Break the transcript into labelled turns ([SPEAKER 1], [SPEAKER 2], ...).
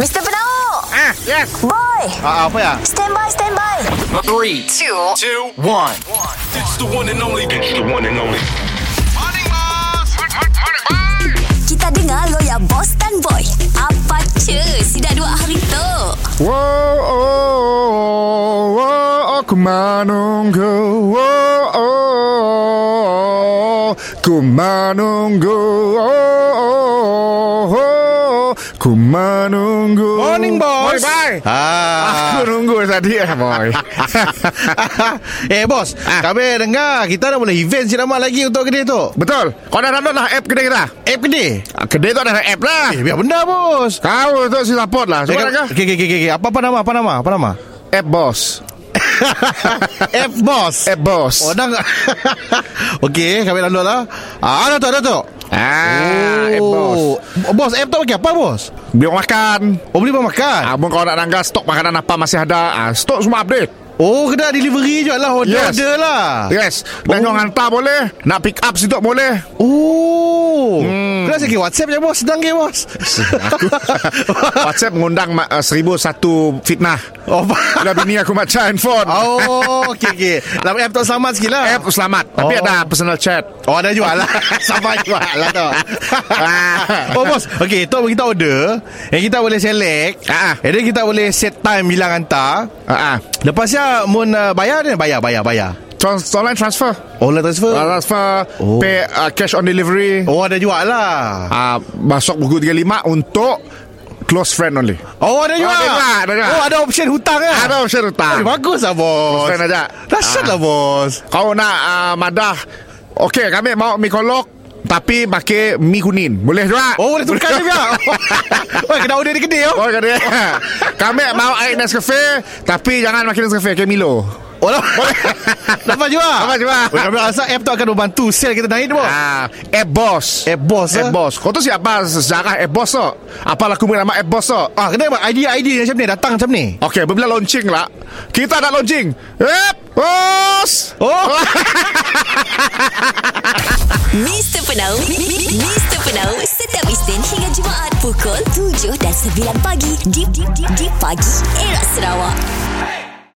[SPEAKER 1] Mr. Penau
[SPEAKER 2] Ah, yes.
[SPEAKER 1] Boy
[SPEAKER 2] Ah, apa ya?
[SPEAKER 1] Stand by, stand by
[SPEAKER 3] Three,
[SPEAKER 1] Two
[SPEAKER 3] two, one.
[SPEAKER 4] It's the one and only. It's the one and only.
[SPEAKER 1] Kita dengar lo ya Boss dan Boy Apa cuy Si dah dua hari tu
[SPEAKER 5] Whoa, oh, oh, oh, kumanunggu. Whoa, oh, kumanunggu. Oh, oh, kumanunggu.
[SPEAKER 2] Morning, boss.
[SPEAKER 5] bye.
[SPEAKER 2] Ah.
[SPEAKER 5] Aku nunggu tadi eh, boy.
[SPEAKER 2] eh bos, ah. kami dengar kita dah boleh event siraman lagi untuk kedai tu.
[SPEAKER 5] Betul. Kau dah download lah app kedai kita.
[SPEAKER 2] App kedai.
[SPEAKER 5] Ah, Kedai tu ada app lah.
[SPEAKER 2] Eh, biar benda bos.
[SPEAKER 5] Kau tu si support lah. Sebab
[SPEAKER 2] Eh,
[SPEAKER 5] kau.
[SPEAKER 2] Okey okey okey okey. Apa apa nama? Apa nama? Apa nama?
[SPEAKER 5] App boss.
[SPEAKER 2] App bos.
[SPEAKER 5] App boss.
[SPEAKER 2] Oh, dah. okey, kami download lah. Ah, ada tu, ada tu.
[SPEAKER 5] Ah, app boss.
[SPEAKER 2] Bos, app tu pakai apa bos?
[SPEAKER 5] Biar makan.
[SPEAKER 2] Oh, beli bahan makan.
[SPEAKER 5] Abang kau Ah, nak nangga stok makanan apa masih ada. Ah, stok semua update.
[SPEAKER 2] Oh, kedai delivery je lah. Order,
[SPEAKER 5] Yes. Ya,
[SPEAKER 2] order lah.
[SPEAKER 5] Yes. Dan oh. hantar boleh. Nak pick up situ boleh.
[SPEAKER 2] Oh. Hmm. Kena sikit WhatsApp je bos. Sedang ke bos?
[SPEAKER 5] WhatsApp mengundang ma- uh, 1001 fitnah.
[SPEAKER 2] oh,
[SPEAKER 5] Bila bini aku macam handphone.
[SPEAKER 2] Oh, okey okey. Dalam app tu selamat sikit lah.
[SPEAKER 5] App selamat. Tapi
[SPEAKER 2] Oh.
[SPEAKER 5] ada personal chat.
[SPEAKER 2] Oh, ada jual lah. Sampai jual lah tu.
[SPEAKER 5] Ah.
[SPEAKER 2] oh, bos. Okey, tu kita order. Yang kita boleh select.
[SPEAKER 5] Ah.
[SPEAKER 2] And then kita boleh set time bilang hantar.
[SPEAKER 5] Ah, ah.
[SPEAKER 2] Lepas ya, mun uh, bayar ni? Bayar, bayar, bayar.
[SPEAKER 5] Trans- online transfer.
[SPEAKER 2] Oh, lah transfer.
[SPEAKER 5] Uh, transfer.
[SPEAKER 2] Oh.
[SPEAKER 5] Pay uh, cash on delivery.
[SPEAKER 2] Oh, ada jual lah.
[SPEAKER 5] Ah, masuk buku 35 untuk close friend only.
[SPEAKER 2] Oh, ada jual.
[SPEAKER 5] ada jual, ada jual.
[SPEAKER 2] Oh, ada option hutang lah.
[SPEAKER 5] Ada option
[SPEAKER 2] Ah.
[SPEAKER 5] hutang.
[SPEAKER 2] Bagus lah, bos.
[SPEAKER 5] Friend aja.
[SPEAKER 2] Dahsyat
[SPEAKER 5] Ah.
[SPEAKER 2] lah, bos.
[SPEAKER 5] Kau nak uh, madah Okey kami mau mi kolok Tapi pakai mi kuning Boleh juga
[SPEAKER 2] Oh, boleh tukar dia biar. Oi, kena order dia gede, oh.
[SPEAKER 5] Oh kata dia Kami mau air Nescafe Tapi jangan pakai Nescafe Pakai Milo
[SPEAKER 2] Oh, lah. Dapat jual.
[SPEAKER 5] Dapat jual.
[SPEAKER 2] Boleh ambil asal app tu akan membantu sale kita naik, bos.
[SPEAKER 5] Ah, Air Boss
[SPEAKER 2] App bos, eh?
[SPEAKER 5] Air Boss Kau tu siapa sejarah Air Boss so? Apa laku punya nama Air Boss so?
[SPEAKER 2] Ah, kena idea-idea macam ni datang macam ni.
[SPEAKER 5] Okey, bila launching lah Kita nak launching Air Boss
[SPEAKER 2] Oh.
[SPEAKER 1] Mr. Penau mi- mi- mi- Mr. Penau Setiap Isnin hingga Jumaat Pukul 7 dan 9 pagi Di, di, di, di pagi Era Sarawak